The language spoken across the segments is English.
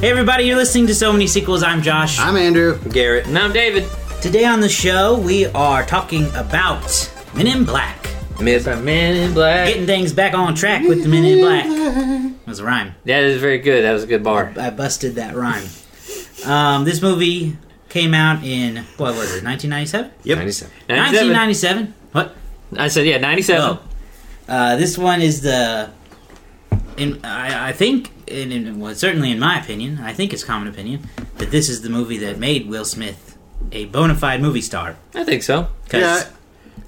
Hey, everybody, you're listening to So Many Sequels. I'm Josh. I'm Andrew. Garrett. And I'm David. Today on the show, we are talking about Men in Black. Miss a man in black. Getting things back on track with the Men in Black. It was a rhyme. That is very good. That was a good bar. I busted that rhyme. Um, this movie came out in, what was it, 1997? 97. 97. 1997. What? I said, yeah, 97. Oh. Uh, this one is the. In, I, I think, in, in, well, certainly in my opinion, I think it's common opinion, that this is the movie that made Will Smith a bona fide movie star. I think so. 'Cause- Yeah.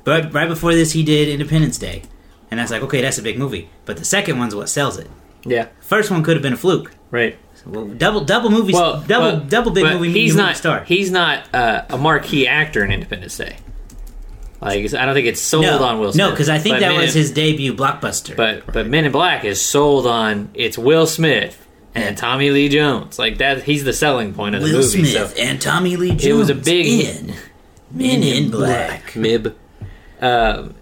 But right before this, he did Independence Day. And I was like, okay, that's a big movie. But the second one's what sells it. Yeah. First one could have been a fluke. Right. Well, double, double movie, Well, double, but- double big but movie. He's movie not. star. He's not uh, a marquee actor in Independence Day. Like it's- I don't think it's sold no, on Will Smith. because I think But that Men was in- his debut blockbuster. But but Men in Black is sold on. It's Will Smith and Yeah. Tommy Lee Jones. Like that. He's the selling point of the Will movie. Smith So and Tommy Lee Jones. It was a big- in Men in Black. Mib. Um,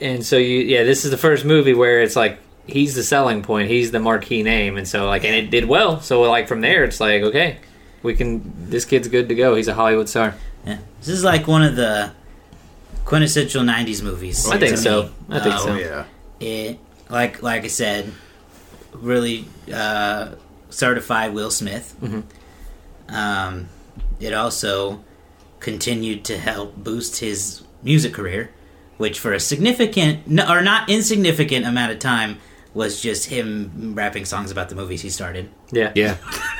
and so you, yeah, this is the first movie where it's like he's the selling point, he's the marquee name, and so like, and it did well. So like from there, it's like okay, we can. This kid's good to go. He's a Hollywood star. Yeah. This is like one of the quintessential '90s movies. I think to so. me. I think Uh, so. Yeah. it like like I said, really uh, certified Will Smith. Mm-hmm. Um, it also continued to help boost his music career, which for a significant no, or not insignificant amount of time was just him rapping songs about the movies he started, Yeah, Yeah.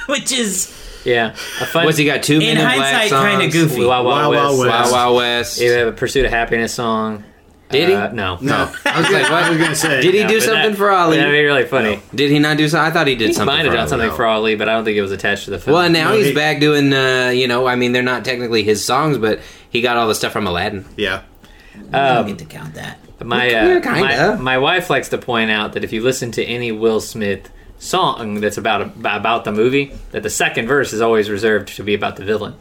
which is yeah. A fun. What's he got? Two in Men in Black hindsight songs? kind of goofy. Wild Wild Wild, Wild West. West. Wild Wild West. He had a Pursuit of Happiness song. Did he? Uh, no. No. I was like, I was what? gonna say. Did he No, do but something that- for Ollie? That'd be really funny. Did he not do something? I thought he did He something. might have for done Ollie. something no. for Ollie, but I don't think it was attached to the film. Well, and now No, he's he- back doing. Uh, you know, I mean, they're not technically his songs, but he got all the stuff from Aladdin. Yeah. I Um, don't get to count that. My Well, uh, yeah, kinda. my, my wife likes to point out that if you listen to any Will Smith song that's about about the movie, that the second verse is always reserved to be about the villain.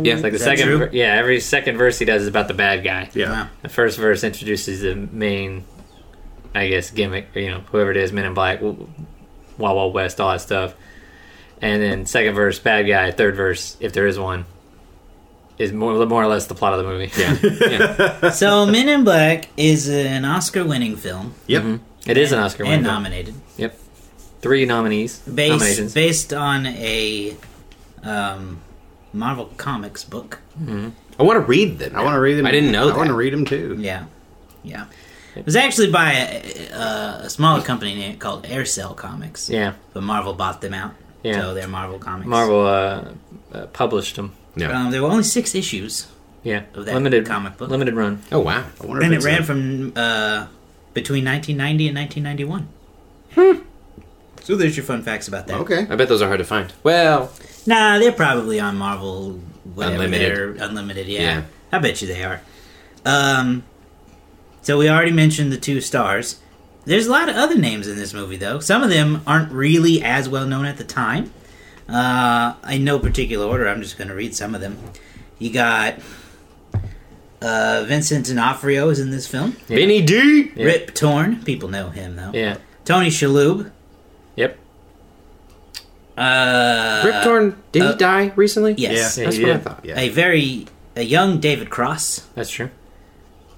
Yeah, It's like the Is that second, true? ver- yeah, every second verse he does is about the bad guy. Yeah. Wow. The first verse introduces the main, I guess, gimmick. Or, you know, whoever it is, Men in Black, Wild Wild West, all that stuff. And then second verse, bad guy. Third verse, if there is one, is more more or less the plot of the movie. Yeah, so Men in Black is an Oscar-winning film Yep. Mm-hmm. it is an Oscar and winner. nominated. Yep. Three nominees. based nominations. based on a um, Marvel Comics book. I want to read them. I want to read them. I didn't know I want that. to read them too. Yeah, yeah. It was actually by a, a, a smaller company named called Aircell Comics. yeah. but Marvel bought them out. Yeah. so they're Marvel Comics. Marvel uh, uh, published them. no. Um, there were only six issues, Yeah. Of that limited comic book. Limited run. oh wow. I wonder if and it it's ran a- from uh, between 1990 and 1991. Hmm. So there's your fun facts about that. Okay. I bet those are hard to find. Well, Nah, they're probably on Marvel whatever Unlimited. They're unlimited, yeah. Yeah. I bet you they are. Um, so we already mentioned the two stars. There's a lot of other names in this movie, though. Some of them aren't really as well known at the time. Uh, in no particular order, I'm just going to read some of them. You got uh, Vincent D'Onofrio is in this film. Benny D. Yeah. Rip Torn, people know him though. Yeah. Tony Shalhoub. Yep. Uh, Rip Torn. Did uh, he die recently? Yes. Yeah. That's he what I did. thought. Yeah. A very a young David Cross. That's true.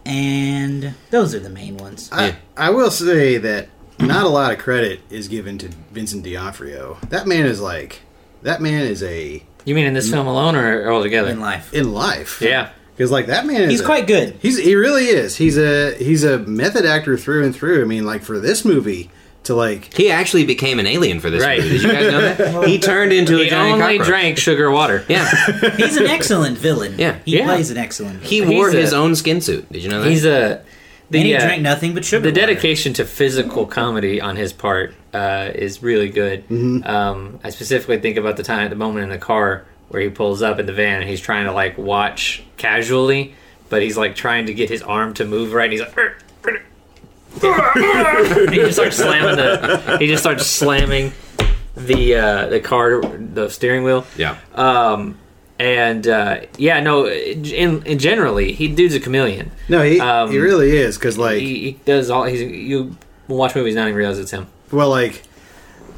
and those are the main ones. I, Yeah. I will say that not a lot of credit is given to Vincent D'Onofrio. That man is like, that man is a You mean in this film alone or altogether? Mm. in life. in life. Yeah. because like that man is He's a- quite good. He's he really is. He's a he's a method actor through and through. I mean, like for this movie to like He actually became an alien for this Right. movie. Did you guys know that? he turned into a He giant only cockroach. drank sugar water. Yeah. He's an excellent villain. Yeah. he Yeah. plays an excellent. Villain. He He's wore his a- own skin suit. Did you know that? He's a. The, and he uh, drank nothing but sugar. the water. dedication to physical comedy on his part uh, is really good. Um, I specifically think about the time at the moment in the car where he pulls up in the van and he's trying to like watch casually, but he's like trying to get his arm to move right. And he's like, "Er, er, er." he just starts slamming the. He just starts slamming the uh, the car the steering wheel. yeah. Um, and uh, yeah, no. In, in generally, he dude's a chameleon no he Um, he really is because like he, he does all. He's you watch movies now and realize it's him. well like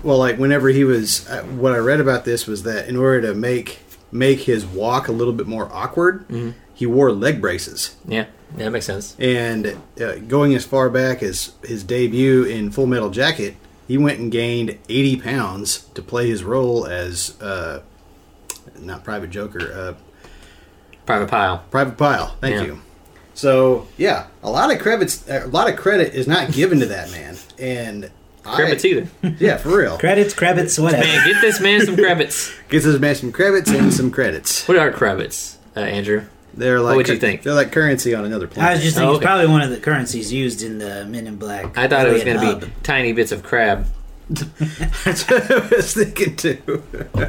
Well, like whenever he was, uh, what I read about this was that in order to make make his walk a little bit more awkward, Mm-hmm. he wore leg braces. Yeah, yeah, that makes sense. And uh, going as far back as his debut in Full Metal Jacket, he went and gained 80 pounds to play his role as uh, not Private Joker, uh, Private Pile. Private Pile. Thank Yeah. you. So yeah, a lot of credits, a lot of credit is not given to that man, and I- Kravitz either. Yeah, for real. Credits, credits, whatever. Man, get this man some Kravitz. Gets his man some credits and some credits. What are Kravitz, uh, Andrew? They're like would you think? They're like currency on another planet. I was just Oh, thinking okay. it's probably one of the currencies used in the Men in Black. I thought it was Korean going to hub. be tiny bits of crab. That's what I was thinking too.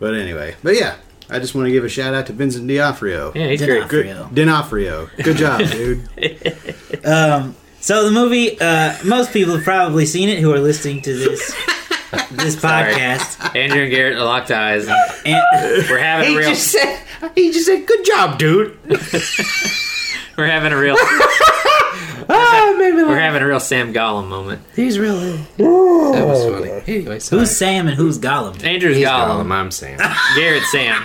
but anyway, but yeah, I just want to give a shout out to Vincent D'Onofrio. Yeah, he's Did great. not. Good, D'Onofrio. D'Onofrio. Good job, dude. Um, so the movie, uh, most people have probably seen it who are listening to this this Sorry. podcast. Andrew and Garrett locked eyes. And, We're having a real. said, he just said, good job, dude. We're having a real. ah, maybe We're having a real Sam Gollum moment. He's really. That was Oh. funny. Anyway, sorry. who's Sam and who's Gollum? Andrew's He's Gollum. Gollum, I'm saying. Garrett's Sam.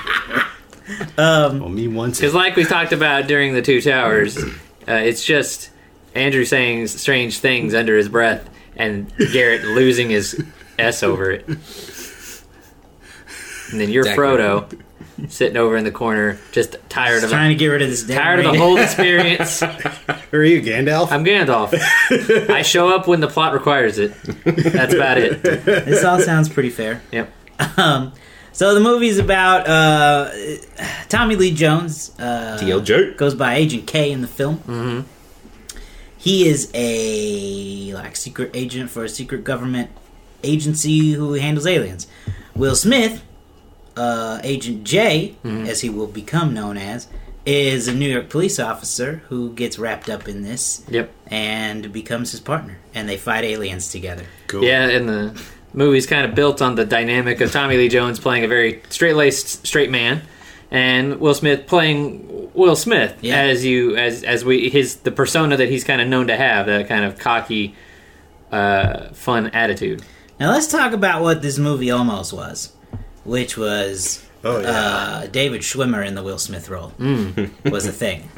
Um, Well, me once. Because, like we talked about during the Two Towers, uh, it's just Andrew saying strange things under his breath and Garrett losing his S over it. And then you're Exactly. Frodo sitting over in the corner, just tired of trying to get rid of this. damn tired of the ring. whole experience. Who are you, Gandalf? I'm Gandalf. I show up when the plot requires it. That's about it. This all sounds pretty fair. Yep. Um, so the movie's about uh, Tommy Lee Jones. Uh, TLJ. goes by Agent K in the film. Mm-hmm. He is a like secret agent for a secret government agency who handles aliens. Will Smith, uh, Agent J, as he will become known as, is a New York police officer who gets wrapped up in this Yep. and becomes his partner, and they fight aliens together. Cool. Yeah, and the movie's kind of built on the dynamic of Tommy Lee Jones playing a very straight-laced straight man, and Will Smith playing Will Smith Yeah. as you as as we his the persona that he's kind of known to have that kind of cocky, uh, fun attitude. Now let's talk about what this movie almost was, which was Oh, yeah. uh, David Schwimmer in the Will Smith role Mm. was a thing.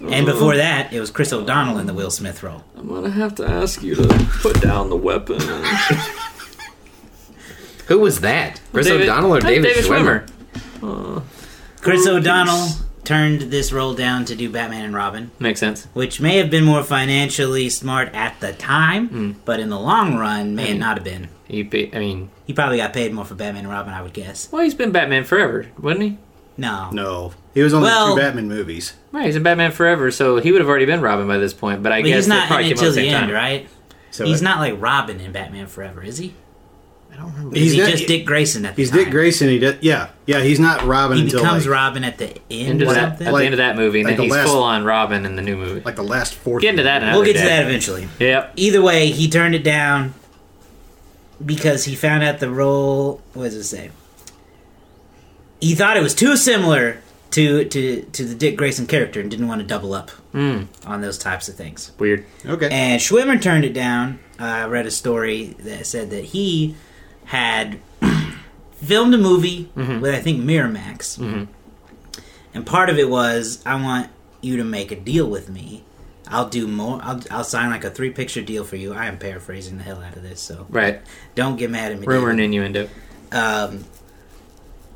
And before that, it was Chris O'Donnell in the Will Smith role. I'm gonna have to ask you to put down the weapon. Who was that? Chris O'Donnell or David, Schwimmer? Chris Oh, O'Donnell geez. turned this role down to do Batman and Robin, Makes sense. which may have been more financially smart at the time, Mm. but in the long run, may it not have been. He, be- I mean, He probably got paid more for Batman and Robin, I would guess. well, he's been Batman forever, wouldn't he? No, No, he was on Well- the two Batman movies. Right, he's in Batman Forever, so he would have already been Robin by this point. But I but guess he's they not in probably it came out till at the the same end, time. right? So He's I- not like Robin in Batman Forever, is he? I don't remember. Is He's, he not- just Dick Grayson at the He's Dick time? Grayson. He does. Yeah, yeah. He's not Robin He until becomes like, Robin at the end Into or that, at something. the end of that movie, and like then he's the last- full on Robin in the new movie. like the last four. Get into that another we'll get to day. that eventually. Yep. Either way, he turned it down because he found out the role. What does it say? He thought it was too similar to to to the Dick Grayson character and didn't want to double up Hmm. on those types of things. Weird. Okay. And Schwimmer turned it down. Uh, I read a story that said that he had filmed a movie with, I think, Miramax. And part of it was, I want you to make a deal with me. I'll do more. I'll, I'll sign like a three picture deal for you. I am paraphrasing the hell out of this, so Right. don't get mad at me. Rumor and David. innuendo. Um,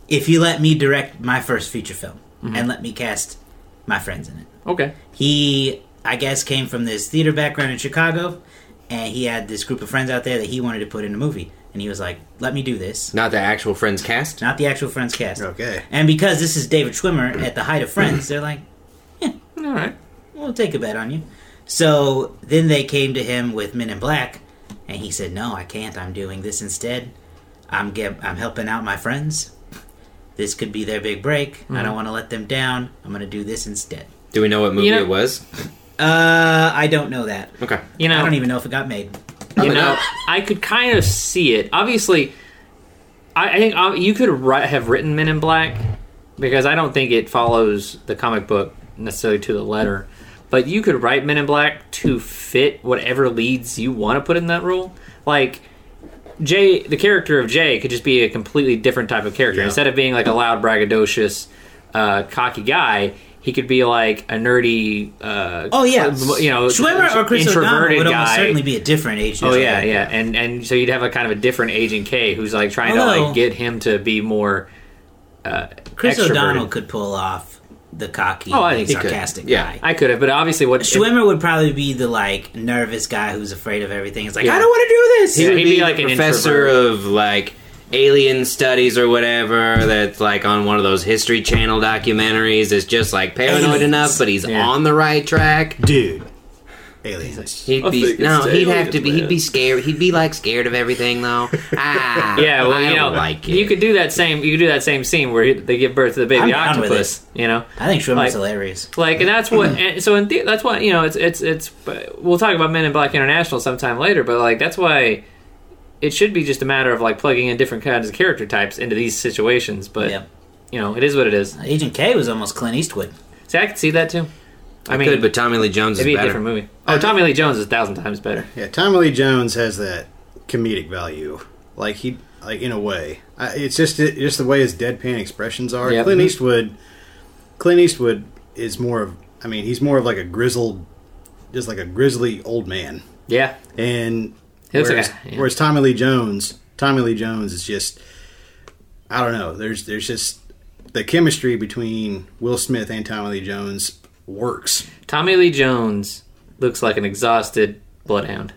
if you let me direct my first feature film and let me cast my friends in it Okay. he i guess came from this theater background in chicago and he had this group of friends out there that he wanted to put in a movie and he was like let me do this Not the actual Friends cast? not the actual friends cast okay. and because this is david schwimmer at the height of friends they're like All right. we'll take a bet on you so then they came to him with men in black and he said no i can't i'm doing this instead i'm get, i'm helping out my friends this could be their big break i don't want to let them down i'm gonna do this instead Do we know what movie You know- it was? uh i don't know that Okay. You know, i don't even know if it got made you Probably know, not. I could kind of see it. Obviously, I, I think uh, you could ri- have written Men in Black because I don't think it follows the comic book necessarily to the letter. But you could write Men in Black to fit whatever leads you want to put in that role. like Jay, the character of Jay could just be a completely different type of character. Yeah. Instead of being like a loud, braggadocious, uh, cocky guy, he could be like a nerdy. Uh, Oh yeah, you know, Schwimmer or Chris O'Donnell introverted would almost guy. certainly be a different agent. Oh yeah, yeah, and and so you'd have a kind of a different Agent K who's like trying to Although- like get him to be more. Chris Extroverted. O'Donnell could pull off the cocky, Oh, I think he could. sarcastic Yeah. guy. I could have, but obviously what Schwimmer would probably be the like nervous guy who's afraid of everything. It's like Yeah. I don't want to do this. He He'd would be, be like like a an professor of like alien studies or whatever that's like on one of those History Channel documentaries. It's just like paranoid Aliens. enough, but he's Yeah. on the right track. dude. Aliens. He'd I think be it's no. He'd have to aliens, be. He'd be man. scared. He'd be like scared of everything though. Ah, Yeah, well, I you don't know, like it. you could do that same. You could do that same scene where he- they give birth to the baby I'm down with octopus. You know, I think Schwimmer's Like- hilarious. like, and that's what. And so, in the, that's why you know, it's it's it's. but We'll talk about Men in Black International sometime later, but like that's why it should be just a matter of like plugging in different kinds of character types into these situations. But Yep. you know, it is what it is. Agent K was almost Clint Eastwood. See, I could see that too. I mean, could, but Tommy Lee Jones is it'd be a better. different movie. Oh, Tommy Lee Jones is a thousand times better. Yeah, Tommy Lee Jones has that comedic value. Like he, like in a way, I, it's just it, just the way his deadpan expressions are. Yep. Clint Eastwood, Clint Eastwood is more of. I mean, he's more of like a grizzled, just like a grizzly old man. Yeah, And He looks like whereas, a- yeah. whereas Tommy Lee Jones, Tommy Lee Jones is just, I don't know. There's there's just the chemistry between Will Smith and Tommy Lee Jones works. Tommy Lee Jones looks like an exhausted bloodhound.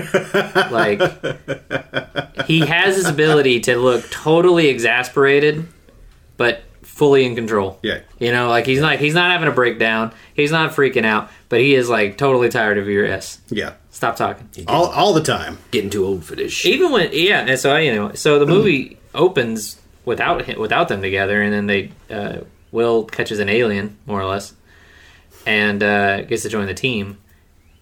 like he has this ability to look totally exasperated, but fully in control. Yeah. You know, like he's like he's not having a breakdown. He's not freaking out, but he is like totally tired of your s. Yeah, Stop talking. all all the time. Getting too old for this shit. Even when yeah, and so you know, so the movie opens without hi- without them together, and then they uh, Will catches an alien more or less, and uh, gets to join the team,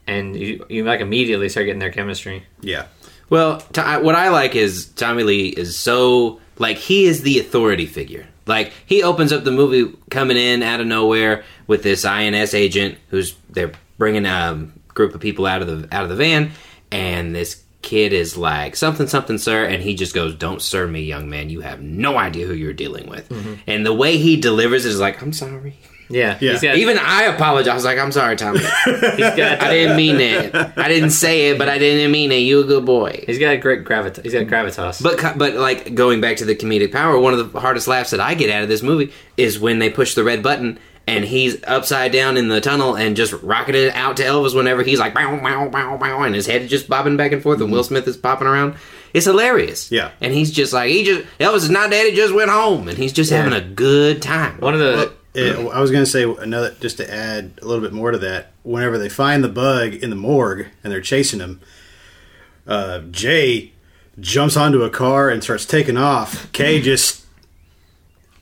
and you you like immediately start getting their chemistry. Yeah. Well, t- I- what I like is Tommy Lee is so like he is the authority figure. Like he opens up the movie coming in out of nowhere with this INS agent who's they're bringing a group of people out of the out of the van, and this kid is like something something sir and he just goes don't sir me young man you have no idea who you're dealing with and the way he delivers it is like i'm sorry Yeah, Yeah. He's got, even i apologize i was like i'm sorry tommy he's got i didn't mean it i didn't say it but i didn't mean it you a good boy he's got great gravitas. He's got gravitas. but co- but like going back to the comedic power, one of the hardest laughs that I get out of this movie is when they push the red button and he's upside down in the tunnel and just rocketed out to Elvis whenever he's like bow bow bow bow and his head is just bobbing back and forth Mm-hmm. and Will Smith is popping around. It's hilarious. Yeah. And he's just like he just Elvis is not dead, he just went home and he's just having a good time. one of the Yeah, I was going to say another, just to add a little bit more to that. Whenever they find the bug in the morgue and they're chasing him, uh, Jay jumps onto a car and starts taking off. Kay just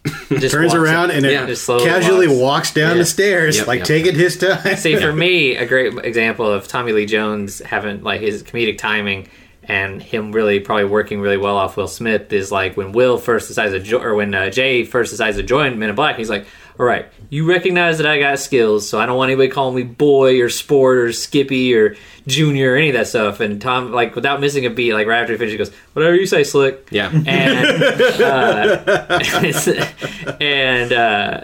just turns Mm-hmm. walks- around and Yeah. it Just slowly casually walks, walks. down Yeah. the stairs, Yep, like yep. taking his time. See, for me, a great example of Tommy Lee Jones having like his comedic timing and him really probably working really well off Will Smith is like when Will first decides to jo- or when uh, Jay first decides to join Men in Black, he's like, "All right, you recognize that I got skills, so I don't want anybody calling me boy or sport or Skippy or Junior or any of that stuff." And Tom, like without missing a beat, like right after he finishes, he goes, "Whatever you say, Slick." yeah. and uh, and uh,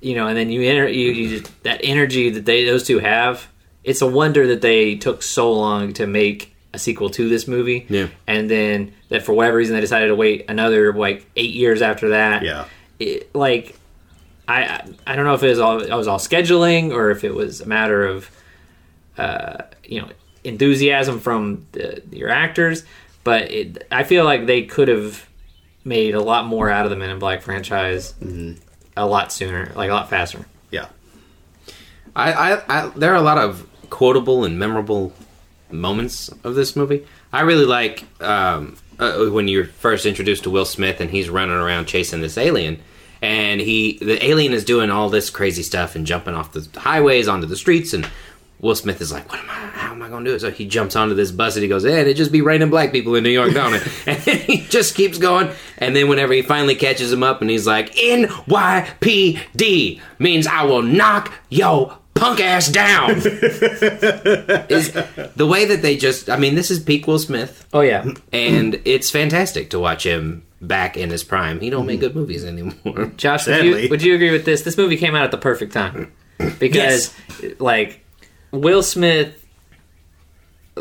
you know, and then you enter you, you just, that energy that they those two have. It's a wonder that they took so long to make a sequel to this movie. Yeah. and then that for whatever reason they decided to wait another like eight years after that. Yeah. It- like. I, I- I don't know if it was all I was all scheduling or if it was a matter of uh, you know enthusiasm from the, your actors, but it, I feel like they could have made a lot more out of the Men in Black franchise a lot sooner, like a lot faster. Yeah. I, I, I there are a lot of quotable and memorable moments of this movie. I really like um, uh, when you're first introduced to Will Smith and he's running around chasing this alien, and he the alien is doing all this crazy stuff and jumping off the highways onto the streets, and Will Smith is like, "What am I? How am I going to do it?" So he jumps onto this bus and he goes, "Eh, "And it just be raining black people in New York, don't it?" and then he just keeps going, and then whenever he finally catches him up, and he's like, "NYPD means I will knock yo." punk ass down. is the way that they just. I mean, this is peak Will Smith, Oh yeah, and it's fantastic to watch him back in his prime. He don't make good movies anymore. Josh, would Sadly. you, would you agree with this? This movie came out at the perfect time because, like, Will Smith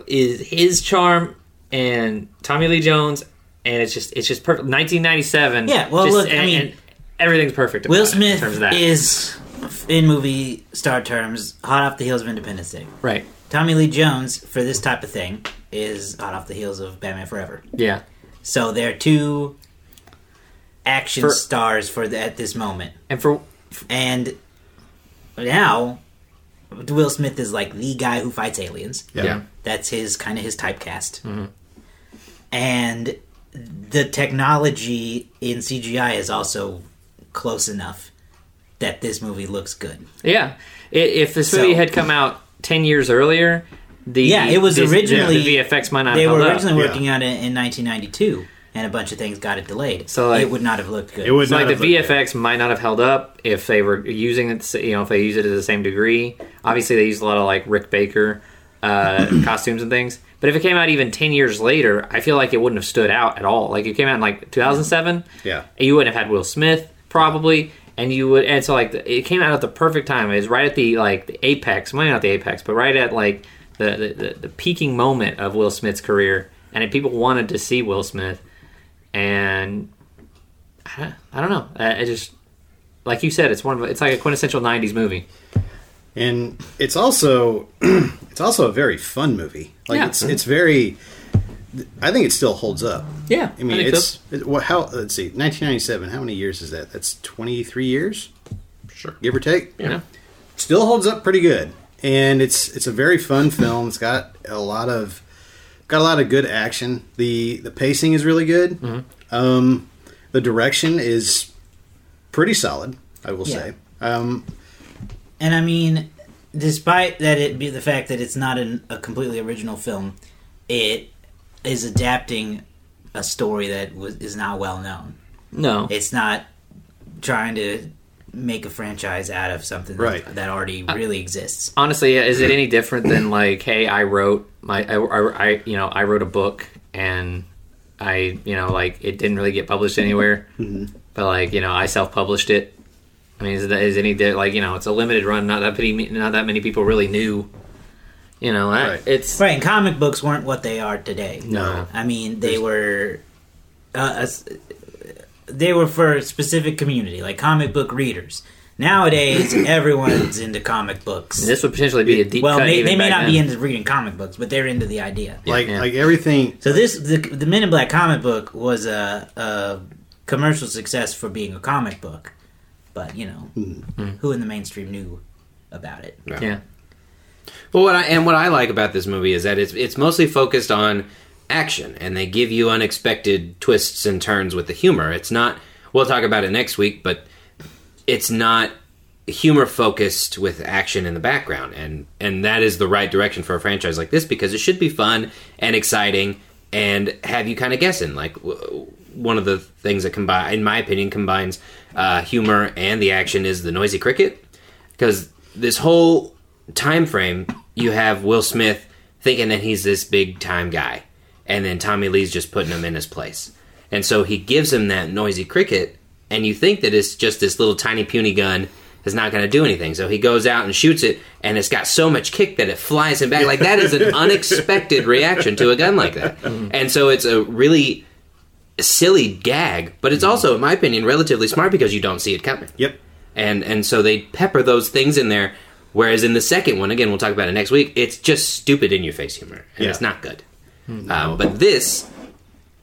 is his charm, and Tommy Lee Jones, and it's just it's just perfect. 1997. Yeah, well, just- look, I and- mean- and everything's perfect. About Will it in Smith terms of that, is, in movie star terms, hot off the heels of Independence Day. right? Tommy Lee Jones, for this type of thing, is hot off the heels of Batman Forever. Yeah, So they're two action For- stars for the, at this moment, and for and now Will Smith is like the guy who fights aliens. Yeah. Yeah. That's his kind of his typecast. And the technology in CGI is also close enough that this movie looks good. yeah, i- if this movie So- had come out ten years earlier, the Yeah, it was the- the- originally- the VFX might not They have were held up. originally yeah. working on it in 1992, and a bunch of things got it delayed. So, like- it would not have looked good. It would It's like not the have looked good. VFX might not have held up if they were using it. You know, if they use it to the same degree. Obviously, they used a lot of like Rick Baker uh, costumes and things. But if it came out even ten years later, I feel like it wouldn't have stood out at all. Like it came out in like 2007. Yeah. you wouldn't have had Will Smith probably, and you would. And so like the, it came out at the perfect time. It was right at the like the apex. Maybe not the apex, but right at like the the, the, the peaking moment of Will Smith's career, and if people wanted to see Will Smith. And I I don't know. I, I just like you said, it's one of it's like a quintessential '90s movie. and it's also it's also a very fun movie. Like Yeah. it's it's very. I think it still holds up. Yeah, I mean, it's it, well, how let's see, 1997. How many years is that? That's 23 years, Sure. give or take. yeah. Still holds up pretty good, and it's it's a very fun film. It's got a lot of got a lot of good action. the The pacing is really good. Mm-hmm. Um, the direction is pretty solid. I will Yeah. say. Um, And I mean, despite that it be the fact that it's not an, a completely original film, it is adapting a story that was, is not well known. no, It's not trying to make a franchise out of something that, Right. that already really exists. honestly, is it any different than like, hey, I wrote my, I, I, I- you know, I wrote a book and I, you know, like it didn't really get published anywhere, Mm-hmm. but like, you know, I self-published it. I mean, is that is any di- like, you know, it's a limited run. Not that many, not that many people really knew. You know, I- Right. it's Right, and comic books weren't what they are today. No. I mean they were, uh, as- they were for a specific community, like comic book readers. Nowadays, everyone's into comic books. this would potentially be a deep well, cut. may, even they may back not be then. into reading comic books, but they're into the idea. like yeah. like everything So this the the Men in Black comic book was a, a commercial success for being a comic book, but you know Hmm. who in the mainstream knew about it? Yeah, Well, what I and what I like about this movie is that it's it's mostly focused on action, and they give you unexpected twists and turns with the humor. It's not. We'll talk about it next week, but it's not humor focused with action in the background, and and that is the right direction for a franchise like this because it should be fun and exciting and have you kind of guessing. Like w- one of the things that combine, in my opinion, combines uh, humor and the action is the noisy cricket because this whole time frame you have Will Smith thinking that he's this big time guy and then Tommy Lee's just putting him in his place. And so he gives him that noisy cricket and you think that it's just this little tiny puny gun is not going to do anything. So he goes out and shoots it and it's got so much kick that it flies him back. Like that is an unexpected reaction to a gun like that. And so it's a really silly gag, but it's also in my opinion relatively smart because you don't see it coming Yep. and and so they pepper those things in there. Whereas in the second one, again, we'll talk about it next week. It's just stupid in your face humor, and Yeah. Hmm. it's not good. Um, but this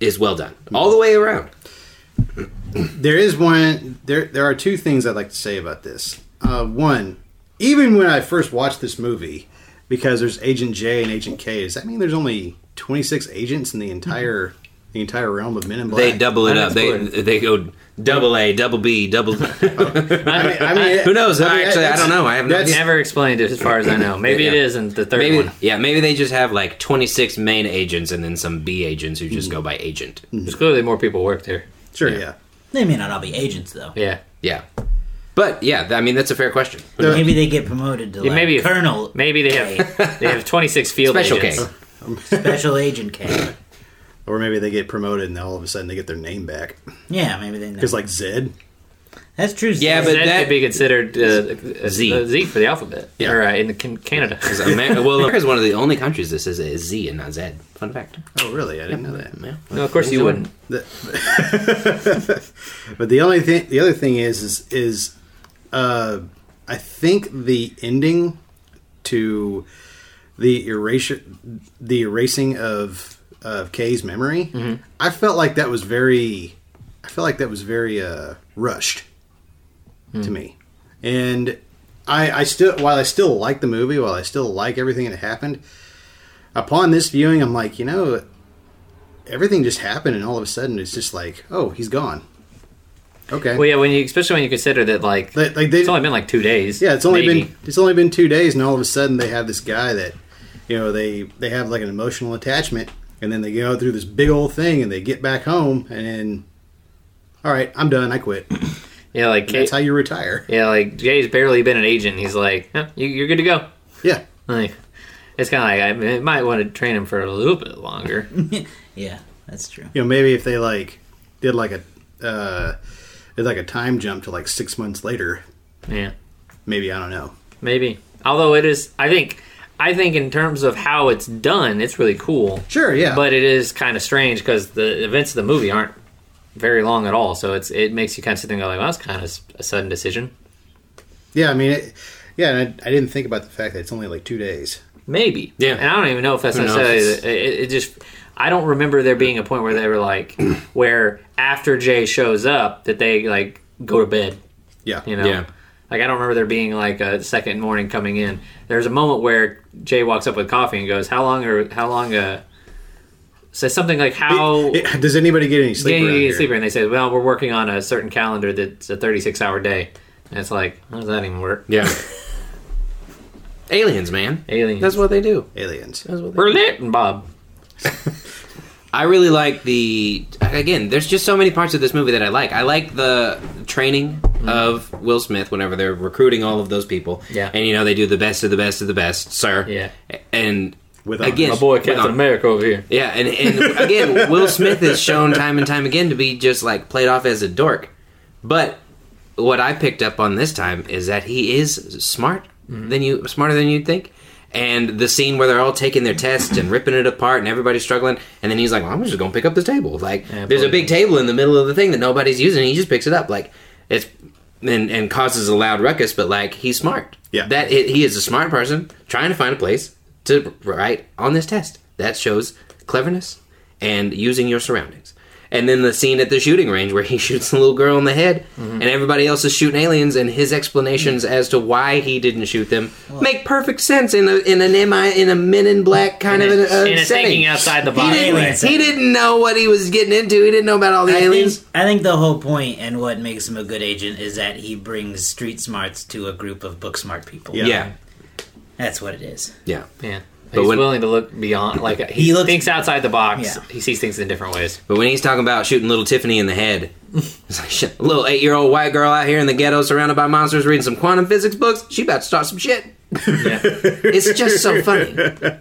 is well done all the way around. There is one. There there are two things I'd like to say about this. Uh, one, even when I first watched this movie, because there's Agent J and Agent K. Does that mean there's only 26 agents in the entire the entire realm of Men in Black? They double it I up. They explored. they go double A, double B, I double. mean, I mean, Who knows? I I mean, actually, I that's- don't know. I have no. that's- idea. never explained it as far as I know. Maybe it Yeah. is in the third Maybe one. yeah, maybe they just have like twenty six main agents and then some B agents who Hmm. just go by agent. There's clearly more people work there. Sure, yeah. They may not all be agents though. Yeah. Yeah, But yeah, th- I mean that's a fair question. They're- Maybe they get promoted to like, maybe- Colonel, Maybe they have they have 26 field Special agents. K. Special Agent K. Or maybe they get promoted and all of a sudden they get their name back. Yeah, maybe they know. Because, like, Zed. That's true. Yeah, Zed. but- that, that- could be considered uh, Z. Z. Z for the alphabet. Yeah. Or uh, in the can- Canada. 'Cause Amer- well, America's one of the only countries that says a Z and not Z. Fun fact. Oh, really? I didn't know that. Yeah. no, of course you wouldn't. But the only thing, the other thing is, is, is uh, I think the ending to the erasure, the erasing of of Kay's memory, Mm-hmm. I felt like that was very, I felt like that was very uh, rushed Mm. to me, and I, I still, while I still like the movie, while I still like everything that happened, upon this viewing, I'm like, you know. Everything just happened, and all of a sudden, it's just like, oh, he's gone. Okay. Well, yeah, when you especially when you consider that like Like- like they- it's only been like two days. Yeah, it's only maybe. been it's only been two days, and all of a sudden they have this guy that, you know, they they have like an emotional attachment, and then they go through this big old thing, and they get back home, and then, all right, I'm done, I quit. yeah, like Kay, That's how you retire. yeah, like Jay's barely been an agent. He's like, huh, you, you're good to go. Yeah, Like it's kind of like I mean, might want to train him for a little bit longer. yeah, that's true. you know, maybe if they like did like a uh, did like a time jump to like six months later, yeah, maybe I don't know. maybe. Although it is, I think, I think in terms of how it's done, it's really cool. Sure, yeah, but it is kind of strange because the events of the movie aren't very long at all. So it's it makes you kind of sit there and go like, well, that's kind of a sudden decision. yeah, I mean, it, yeah, and I, I didn't think about the fact that it's only like two days. Maybe. Yeah. And I don't even know if that's Who knows? necessarily. It, it just. I don't remember there being a point where they were like, where after Jay shows up that they like go to bed. Yeah, You know. Yeah. Like I don't remember there being like a second morning coming in. There's a moment where Jay walks up with coffee and goes, "How long are how long?" Uh, says something like, "How It- it- does anybody get any sleep? Yeah, around you here? get sleeper, and they say, "Well, we're working on a certain calendar that's a 36-hour day." And it's like, how does that even work? Yeah. Aliens, man. Aliens. That's what they do. Aliens. That's what they we're lit, Bob. I really like the again. There's just so many parts of this movie that I like. I like the training of Will Smith whenever they're recruiting all of those people. Yeah. and you know they do the best of the best of the best, sir. Yeah. and With again, honors. with honor. America over here. Yeah, and, and again, Will Smith is shown time and time again to be just like played off as a dork. But what I picked up on this time is that he is smart than you smarter than you'd think. And the scene where they're all taking their tests and ripping it apart and everybody's struggling, and then he's like, well, "I'm just gonna pick up this table." Like, Yeah, there's a totally. big table in the middle of the thing that nobody's using. And he just picks it up, like it's and and causes a loud ruckus. But like he's smart. Yeah. that he he is a smart person trying to find a place to write on this test. That shows cleverness and using your surroundings. And then the scene at the shooting range where he shoots the little girl in the head, Mm-hmm. and everybody else is shooting aliens, and his explanations Mm. as to why he didn't shoot them make perfect sense in a in an MI in a Men in Black kind In of a- an, uh, in a setting. thinking outside the box. He didn't, Alien he didn't know what he was getting into. He didn't know about all the I aliens. think, I think the whole point and what makes him a good agent is that he brings street smarts to a group of book smart people. Yeah. yeah, That's what it is. yeah. Yeah. But He's when- willing to look beyond, like he, He looks- thinks outside the box. Yeah. He sees things in different ways. But when he's talking about shooting little Tiffany in the head, it's like, shit, little eight year old white girl out here in the ghetto surrounded by monsters reading some quantum physics books, she about to start some shit. It's just so funny.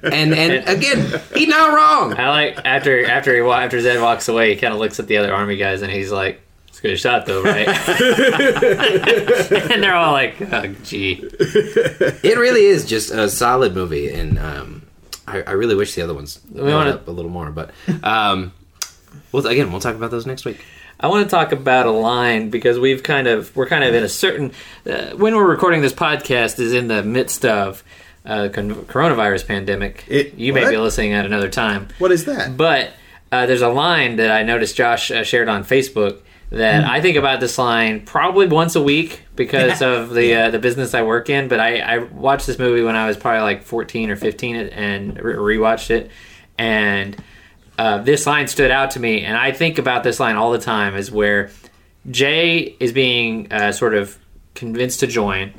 And and again, he not wrong. I like after after he wa- after Zed walks away, he kind of looks at the other army guys and he's like, "It's a good shot though, right?" and they're all like, oh, "Gee, It really is just a solid movie, and um, I, I really wish the other ones we wanna- up a little more. But um, well, again, we'll talk about those next week. I want to talk about a line because we've kind of we're kind of in a certain uh, when we're recording this podcast is in the midst of uh, con- coronavirus pandemic. It- you may be what? listening at another time, What is that? but uh, there's a line that I noticed Josh uh, shared on Facebook that I think about this line probably once a week because of the uh, the business I work in. But I, I watched this movie when I was probably like 14 or 15 and re- rewatched it, and uh, this line stood out to me. And I think about this line all the time is where Jay is being uh, sort of convinced to join.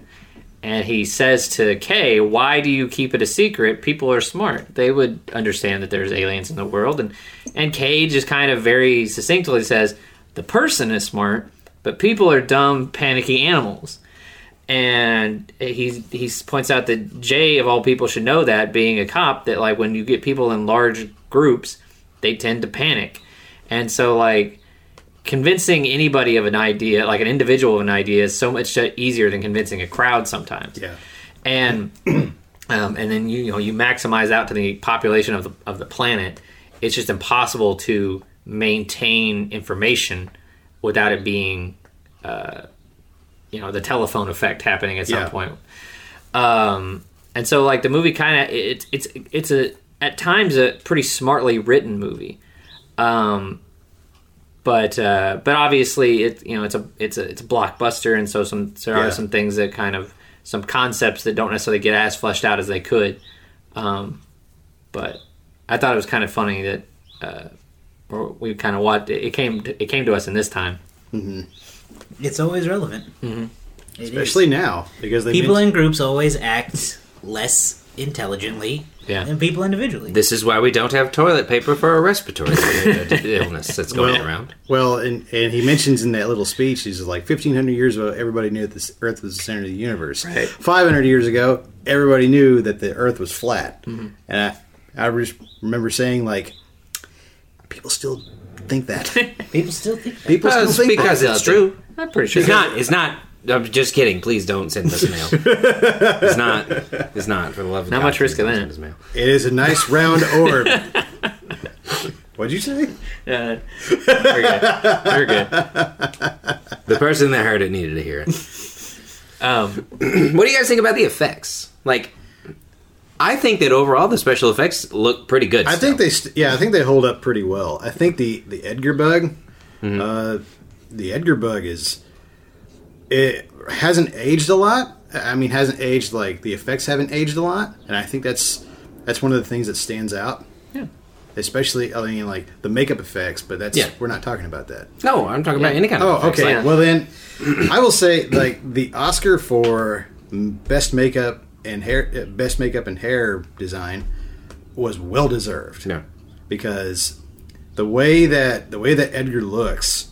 And he says to Kay, "Why do you keep it a secret? People are smart. They would understand that there's aliens in the world." And and Kay just kind of very succinctly says, "The person is smart, but people are dumb, panicky animals." and he he points out that Jay of all people should know that being a cop that like when you get people in large groups they tend to panic and so like convincing anybody of an idea like an individual of an idea is so much easier than convincing a crowd sometimes Yeah. and um, and then you, you know you maximize out to the population of the of the planet. It's just impossible to maintain information without it being, uh, you know, the telephone effect happening at some Yeah. point. Um, and so like the movie kind of it's it's it's a at times a pretty smartly written movie. Um, but uh, but obviously it you know it's a it's a it's a blockbuster and so some there Yeah. are some things that kind of some concepts that don't necessarily get as fleshed out as they could. Um, but I thought it was kind of funny that uh, or we kind of watched it came to, it came to us in this time. It's always relevant. Mm-hmm. Especially now because they people men- in groups always act less intelligently Yeah. than people individually. This is why we don't have toilet paper for a respiratory illness that's going around. Well, and and he mentions in that little speech, he's like, fifteen hundred years ago, everybody knew that this Earth was the center of the universe. Right. Five hundred years ago, everybody knew that the Earth was flat. And I, I just remember saying like, people still think that. People still think that. People still Because, think that. because it's true. I'm pretty sure It's not. It's not. I'm just kidding. Please don't send us mail. it's not. It's not for the love of Not God, much please risk of don't that. send us mail. It is a nice round orb. What'd you say? Uh, we're good. We're good. The person that heard it needed to hear it. Um, What do you guys think about the effects? Like, I think that overall the special effects look pretty good. I still. think they, st- yeah, I think they hold up pretty well. I think the the Edgar bug, Mm-hmm. uh, the Edgar bug is, it hasn't aged a lot. I mean, hasn't aged like the effects haven't aged a lot, and I think that's that's one of the things that stands out. yeah. Especially, I mean, like the makeup effects, but that's Yeah. we're not talking about that. No, I'm talking about Yeah. any kind of. Oh, effects. okay. Yeah. Well, then, I will say like the Oscar for best makeup and hair, uh, best makeup and hair design was well deserved. No. because the way that the way that Edgar looks,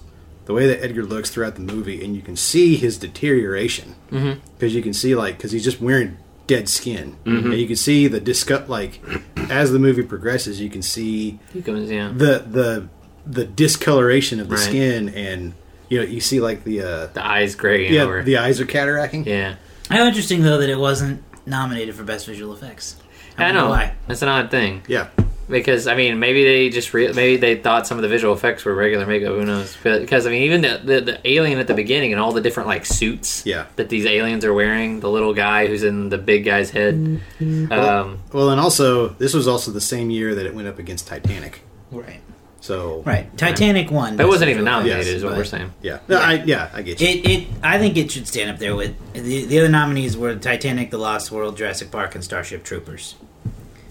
the way that Edgar looks throughout the movie, and you can see his deterioration Mm-hmm. because you can see like because he's just wearing dead skin, Mm-hmm. and you can see the disgust like as the movie progresses, you can see He goes, yeah. the the the discoloration of the Right. skin and you know you see like the uh The eyes gray yeah over. the eyes are cataracting yeah. How interesting though that it wasn't nominated for best visual effects. I wonder know. why. That's an odd thing. yeah Because I mean, maybe they just re- maybe they thought some of the visual effects were regular makeup. Who knows? Because I mean, even the, the the alien at the beginning and all the different like suits Yeah. that these aliens are wearing. The little guy who's in the big guy's head. Um, well and also this was also the same year that it went up against Titanic Right. so Right. Titanic won. that Best wasn't even Visual Effects, nominated, is what but we're saying. yeah no, I yeah I get you It, it I think it should stand up there with the, the other nominees were Titanic, The Lost World, Jurassic Park, and Starship Troopers.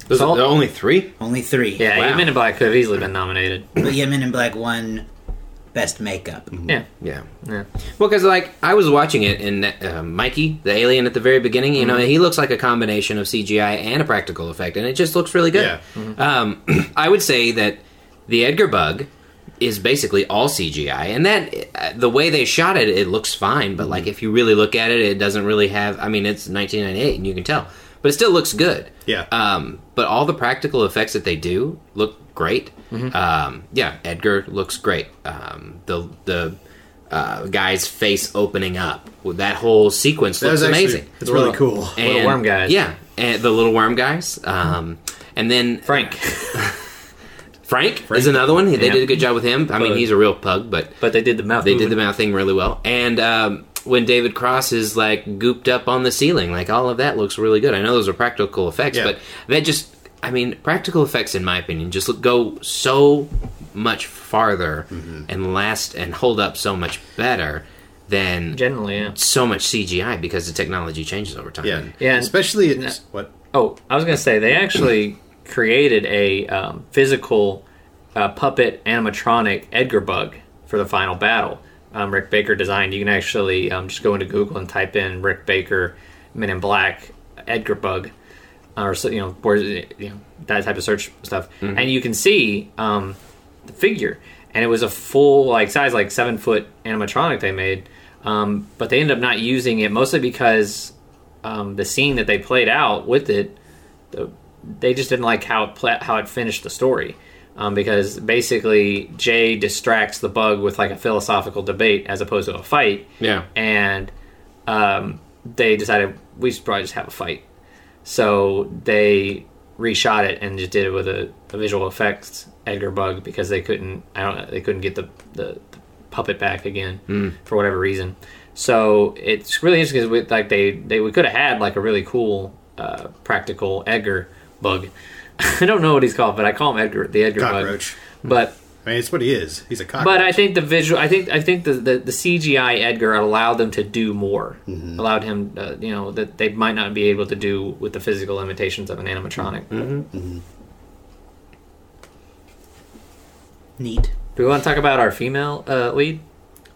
Those So- are the only three. Only three. Yeah, Wow. Mm-hmm. even in Black could have easily been nominated. But yeah, Men in Black won best makeup. Yeah, Yeah. yeah, Well, because like I was watching it, and uh, Mikey, the alien at the very beginning, you know, Mm-hmm. he looks like a combination of CGI and a practical effect, and it just looks really good. Yeah. Mm-hmm. Um, I would say that the Edgar Bug is basically all CGI, and that uh, the way they shot it, it looks fine. But like if you really look at it, it doesn't really have. I mean, it's 1998, and you can tell, but it still looks good. Yeah. Um, but all the practical effects that they do look great. Um, yeah, Edgar looks great. Um, the the uh, guy's face opening up, that whole sequence that looks was actually- amazing. it's really cool Little And- worm guys. Yeah, and the little worm guys. Um, and then Frank. Frank, is another one. They Yeah. did a good job with him. I mean, Pug. he's a real pug, but but they did the mouth. they did the mouth thing really well. And um, when David Cross is like gooped up on the ceiling, like all of that looks really good. I know those are practical effects, Yeah. but that just, I mean, practical effects, in my opinion, just look, go so much farther Mm-hmm. and last and hold up so much better than generally. Yeah. so much CGI because the technology changes over time. yeah Yeah, and- especially it's, what Oh, I was gonna say they actually created a um, physical uh, puppet animatronic Edgar Bug for the final battle. Um, Rick Baker designed. You can actually um, just go into Google and type in Rick Baker Men in Black Edgar Bug, or so- you know, or, you know that type of search stuff, and you can see um, the figure, and it was a full like size like seven foot animatronic they made. Um, but they ended up not using it mostly because um, the scene that they played out with it, the, they just didn't like how it pla how it finished the story. Um, because basically, Jay distracts the bug with like a philosophical debate as opposed to a fight Yeah. and um, they decided we should probably just have a fight. So they reshot it and just did it with a, a visual effects Edgar bug because they couldn't I don't know, they couldn't get the, the, the puppet back again for whatever reason. So it's really interesting because like they, they we could have had like a really cool uh, practical Edgar bug. I don't know what he's called, but I call him Edgar the Edgar Cockroach. bug. But I mean, it's what he is. He's a cockroach. but I think the visual, I think I think the the, the CGI Edgar allowed them to do more, Mm-hmm. allowed him, uh, you know, that they might not be able to do with the physical limitations of an animatronic. Mm-hmm. Neat. Do we want to talk about our female uh, lead?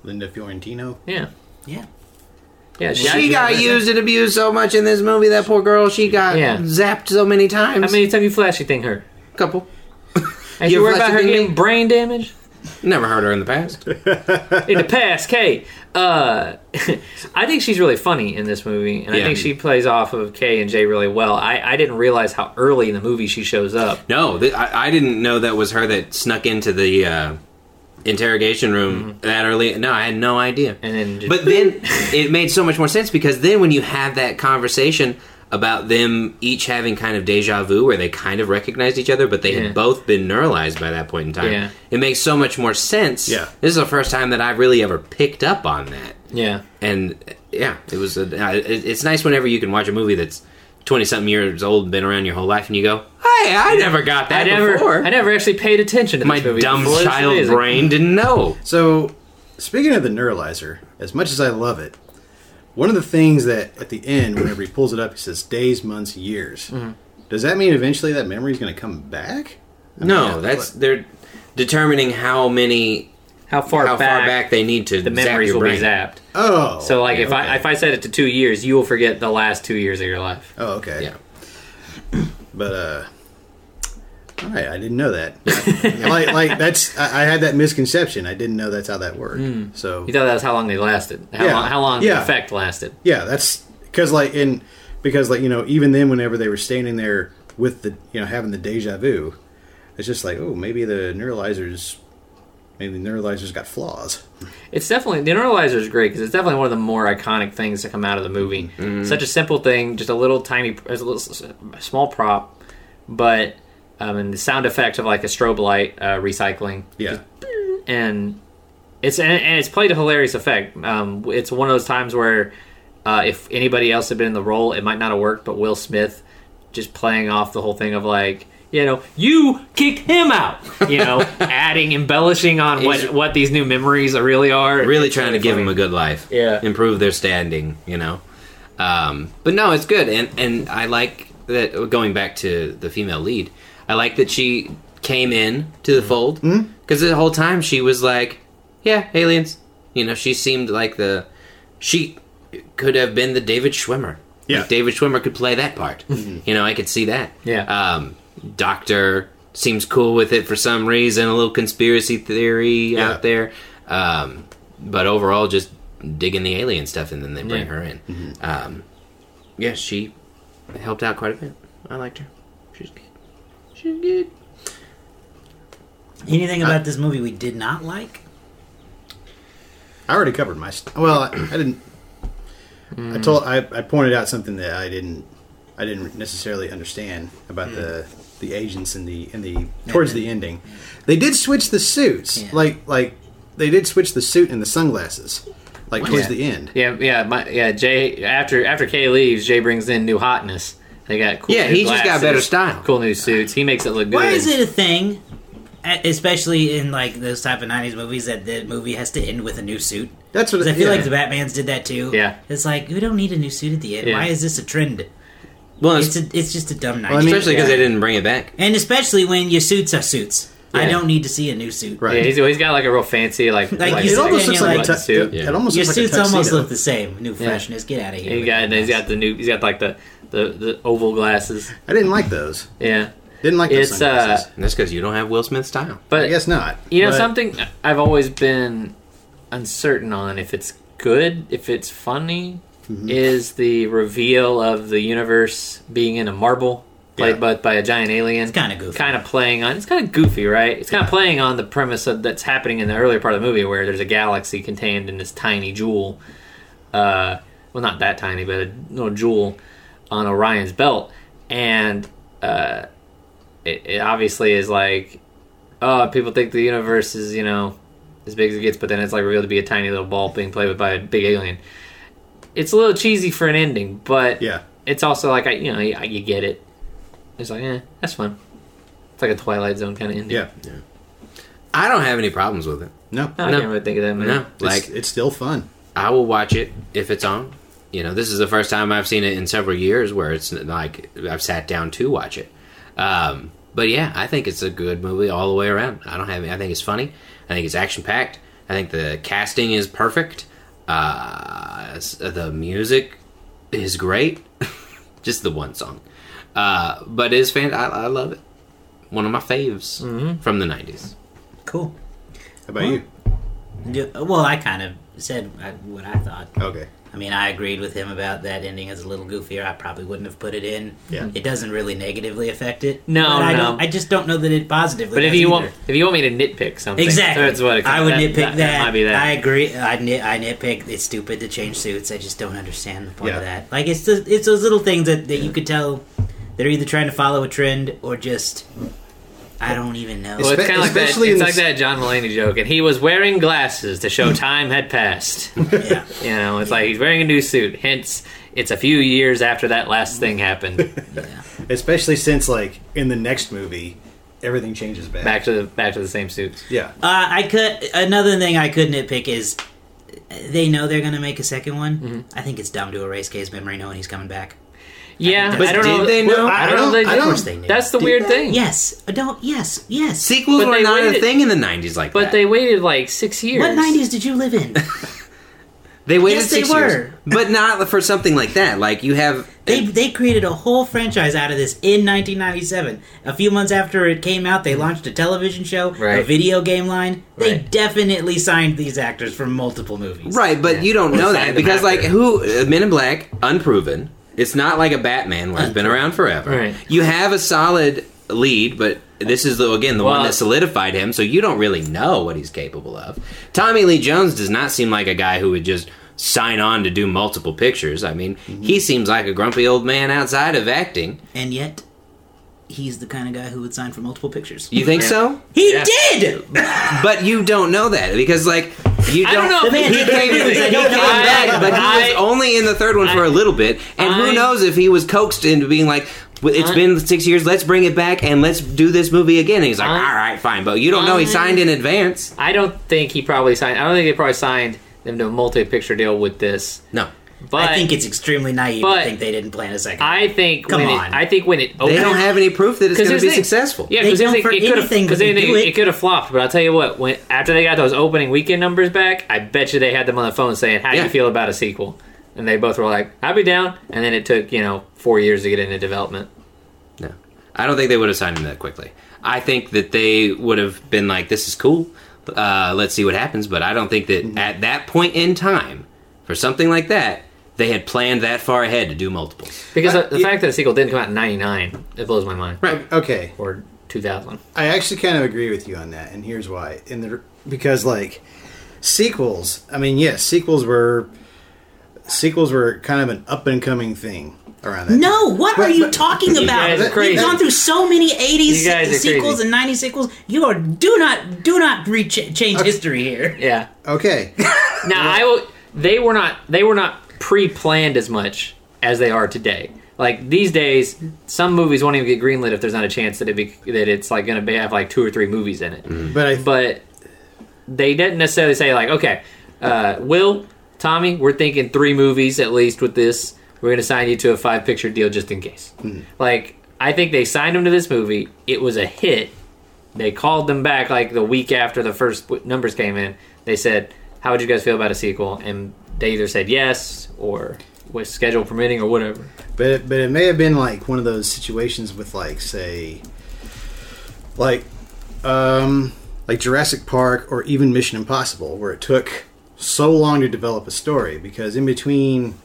Linda Fiorentino. Yeah, Yeah. yeah, She got used and abused so much in this movie. That poor girl. She got Yeah. zapped so many times. How many times you flashy thing her? couple. And You you worry about her flashy-thing getting me? brain damage Never heard her in the past. in the past. Kay, uh, I think she's really funny in this movie, and I Yeah. think she plays off of Kay and Jay really well. I, I didn't realize how early in the movie she shows up. No, th- I, I didn't know that was her that snuck into the uh, interrogation room that early. No, I had no idea. Mm-hmm. And then just- but then it made so much more sense because then when you have that conversation about them each having kind of deja vu where they kind of recognized each other, but they Yeah. had both been neuralized by that point in time. Yeah. It makes so much more sense. Yeah. This is the first time that I've really ever picked up on that Yeah, and uh, yeah, it was. A, uh, it- it's nice whenever you can watch a movie that's twenty something years old and been around your whole life, and you go, "Hey, I never got I that never, before." I never actually paid attention to My this movie dumb before. This is child amazing. brain didn't know. So, speaking of the neuralizer, as much as I love it, one of the things that at the end, whenever he pulls it up, he says days, months, years. Mm-hmm. Does that mean eventually that memory is going to come back? I mean, No, that's they're determining how many, How how far back, far back they need to the memories zap your will brain. be zapped. oh. So, like, if okay. I if I set it to two years, you will forget the last two years of your life. oh, okay. Yeah. But uh, all right, I didn't know that. like, like that's I, I had that misconception. I didn't know that's how that worked. Hmm. So You thought that was how long they lasted. How Yeah. long? How long the Yeah. effect lasted? yeah, that's because like in because like you know even then whenever they were standing there with the you know having the deja vu, it's just like oh maybe the neuralizers maybe the neuralizers got flaws. It's definitely the neuralizer is great because it's definitely one of the more iconic things to come out of the movie. Mm-hmm. Such a simple thing, just a little tiny, a little s- s- small prop, but um, and the sound effect of like a strobe light uh, recycling. Yeah, and it's and, and it's played a hilarious effect. Um, it's one of those times where uh, if anybody else had been in the role, it might not have worked. But Will Smith just playing off the whole thing of like. You know, you kick him out. You know, adding, embellishing on He's- what what these new memories are- really are. really It's trying to give funny. them a good life. Yeah. Improve their standing, you know. Um, but no, it's good and and I like that going back to the female lead. I like that she came in to Mm-hmm. the fold cuz the whole time she was like, yeah, aliens. You know, she seemed like the she could have been the David Schwimmer. Yeah. Like David Schwimmer could play that part. you know, I could see that. Mm-hmm. Yeah. Um, doctor seems cool with it for some reason. A little conspiracy theory Yeah. out there. Um, but overall, just digging the alien stuff, and then they bring Yeah. her in. Mm-hmm. Um, yeah, she helped out quite a bit. I liked her. She's good. She's good. Anything about this movie we did not like? I already covered my st- well I, I didn't. Hmm. I told I, I pointed out something that I didn't I didn't necessarily understand about the Hmm. the agents in the in the towards the ending. They did switch the suits Yeah. like like they did switch the suit and the sunglasses like towards Oh, Yeah. the end. Yeah, yeah, my, yeah. Jay after after Kay leaves, Jay brings in new hotness. They got cool. Yeah, new he just got glasses, better style. Cool new suits. He makes it look good. Why is it a thing, e- especially in like those type of '90s movies, that the movie has to end with a new suit? That's what 'Cause I feel yeah. like the Batman's did that too. Yeah. it's like we don't need a new suit at the end. Yeah. Why is this a trend? Well, It's a, it's just a dumb night. I mean- especially because yeah. they didn't bring it back. and especially when your suits are suits. I Yeah. don't need to see a new suit. Right. Yeah, he's, he's got like a real fancy like. Like, like you it said, almost and looks you're like, like- a tu- it, Yeah. it almost Your looks like a suits tuxedo. almost look the same. New freshness. Get out of here. He with got, that he's mess. got the new. He's got like the the, the oval glasses. I didn't like those. Yeah, Didn't like those It's, uh, sunglasses. And that's because you don't have Will Smith style. I but guess not. you know But something I've always been uncertain on if it's good if it's funny Mm-hmm. is the reveal of the universe being in a marble played Yeah. by, by a giant alien. It's kinda goofy. Kind of playing on. It's kind of goofy, right? It's kind of playing on the premise of, that's happening in the earlier part of the movie, where there's a galaxy contained in this tiny jewel. Uh, well, not that tiny, but a little jewel on Orion's belt, and uh, it, it obviously is like, oh, people think the universe is you know as big as it gets, but then it's like revealed to be a tiny little ball being played with by a big alien. It's a little cheesy for an ending, but Yeah. it's also like I, you know, you, you get it. It's like, eh, that's fun. It's like a Twilight Zone kind of ending. Yeah. I don't have any problems with it. No. I No. can't really think of that movie. No, Like like it's, it's still fun. I will watch it if it's on. You know, this is the first time I've seen it in several years where it's like I've sat down to watch it. Um, but yeah, I think it's a good movie all the way around. I don't have. I think it's funny. I think it's action packed. I think the casting is perfect. Uh, s- the music is great. Just the one song, uh, but it is fan. I, I love it. One of my faves from the nineties. Cool. How about you? Yeah, Well, I kind of said uh, what I thought. Okay. I mean, I agreed with him about that ending as a little goofier. I probably wouldn't have put it in. Yeah. It doesn't really negatively affect it. No, But I no. don't- I just don't know that it positively. But if does you either. want, if you want me to nitpick something, Exactly. that's what it I would nitpick that, that, might be that. I agree. I nit, I nitpick. It's stupid to change suits. I just don't understand the point of Yeah. that. Like it's the, it's those little things that, that you could tell they're either trying to follow a trend or just I don't even know. well, it's Espe- kind of like that. It's especially in like this- that John Mulaney joke, and he was wearing glasses to show time had passed. You yeah. know, it's like he's wearing a new suit. Hence, it's a few years after that last thing happened. Especially since like in the next movie, everything changes back. Back to the back to the same suits. Yeah. Uh, I could another thing I could nitpick is they know they're gonna make a second one. I think it's dumb to erase Kay's memory knowing he's coming back. Yeah, But I don't did know. they know? I don't know. if I They Of course did. they knew. That's the Did weird they? thing. yes. Don't yes yes. Sequels But were they not a waited- thing in the nineties like But that. they waited like six years. what nineties did you live in? They waited Yes, they six were. years, but not for something like that. Like you have, They, they created a whole franchise out of this in 1997. A few months after it came out, they launched a television show, a Right. video game line. They Right. definitely signed these actors from multiple movies. right? But you don't Sign know that them because, like, after. who uh, Men in Black, unproven. It's not like a Batman where it's been around forever. Right. You have a solid lead, but this is the, again the Well- one that solidified him. So you don't really know what he's capable of. Tommy Lee Jones does not seem like a guy who would just sign on to do multiple pictures. I mean, he seems like a grumpy old man outside of acting. And yet, he's the kind of guy who would sign for multiple pictures. You think Yeah. so? he Yeah. did! But you don't know that because, like, you don't, I don't know. The man- if He came, he I came don't know. back, but he I- was only in the third one for a little bit. And I- who knows if he was coaxed into being like, "Well, "It's I- been six years, let's bring it back and let's do this movie again. And he's like, I- all right, fine. But you don't know he I- signed in advance. I don't think he probably signed. I don't think they probably signed them to a multi-picture deal with this. No. But I think it's extremely naive to but- think they didn't plan a second. I think Come when on. It, I think when it They opened, don't have any proof that it's 'Cause going to here's be the thing. successful. Yeah, They because don't it for could have anything, but because they do it. it could have flopped. But I'll tell you what, when after they got those opening weekend numbers back, I bet you they had them on the phone saying, "How do Yeah. you feel about a sequel?" And they both were like, "I'll be down." And then it took you know four years to get into development. No. I don't think they would have signed him that quickly. I think that they would have been like, this is cool. Uh, let's see what happens. But I don't think that at that point in time, for something like that, they had planned that far ahead to do multiples. Because I- the, the yeah. fact that the sequel didn't come out in '99, it blows my mind. Right. Okay. Or 2000. I actually kind of agree with you on that, and here's why. In the because like sequels, I mean, yes, sequels were sequels were kind of an up and coming thing around that. time. no, what are But- you but- talking about? guys are You've crazy. gone through so many 80s You guys are sequels crazy. and 90s sequels. You are do not do not re- ch- change history here. Yeah. Okay. Now I will. They were not. They were not pre-planned as much as they are today. Like these days, some movies won't even get greenlit if there's not a chance that it be, that it's like going to have like two or three movies in it. Mm-hmm. But I But they didn't necessarily say like, okay, uh, Will, Tommy, we're thinking three movies at least with this. We're going to sign you to a five-picture deal just in case. Like I think they signed him to this movie. It was a hit they called them back like the week after the first w- numbers came in. They said, "How would you guys feel about a sequel?" And they either said yes or with schedule permitting or whatever. But it, but it may have been like one of those situations with like say, like, um, like Jurassic Park or even Mission Impossible, where it took so long to develop a story because in between,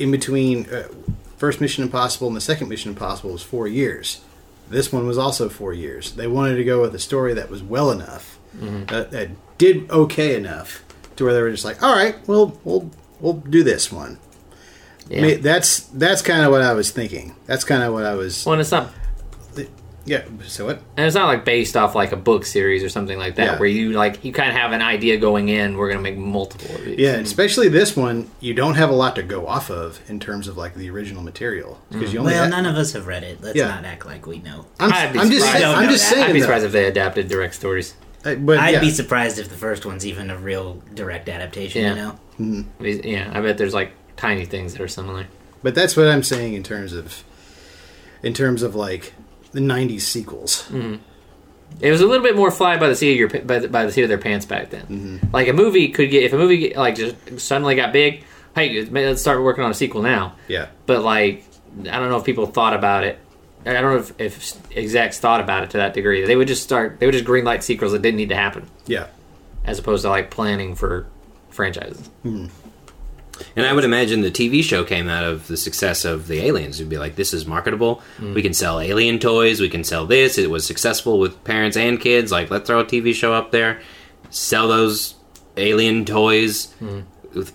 in between uh, first Mission Impossible and the second Mission Impossible was four years. This one was also four years. They wanted to go with a story that was well enough, that, that did okay enough, to where they were just like, "All right, well, we'll we'll do this one." I Yeah. mean, that's that's kind of what I was thinking. That's kind of what I was. well, and it's not Yeah. So what? and it's not like based off like a book series or something like that Yeah. where you like you kind of have an idea going in. We're gonna make multiple of these. Yeah, and especially this one, you don't have a lot to go off of in terms of like the original material because you only. Well, have- none of us have read it. Let's Yeah. not act like we know. I'm, I'd be I'm just surprised. saying. I don't I'm know just that. saying. I'd be though. surprised if they adapted direct stories. Uh, But I'd yeah. be surprised if the first one's even a real direct adaptation. Yeah. You know, I mean, Yeah, I bet there's like tiny things that are similar. But that's what I'm saying in terms of, in terms of like the '90s sequels. Hmm. It was a little bit more fly by the seat of your pa- by the, by the seat of their pants back then. Mm-hmm. Like a movie could get if a movie like just suddenly got big. Hey, let's start working on a sequel now. Yeah. but like I don't know if people thought about it. I don't know if, if execs thought about it to that degree. They would just start. They would just green light sequels that didn't need to happen, Yeah. as opposed to like planning for franchises. And I would imagine the TV show came out of the success of the aliens. It'd be like, this is marketable. We can sell alien toys. We can sell this. It was successful with parents and kids. Like, let's throw a TV show up there, sell those alien toys,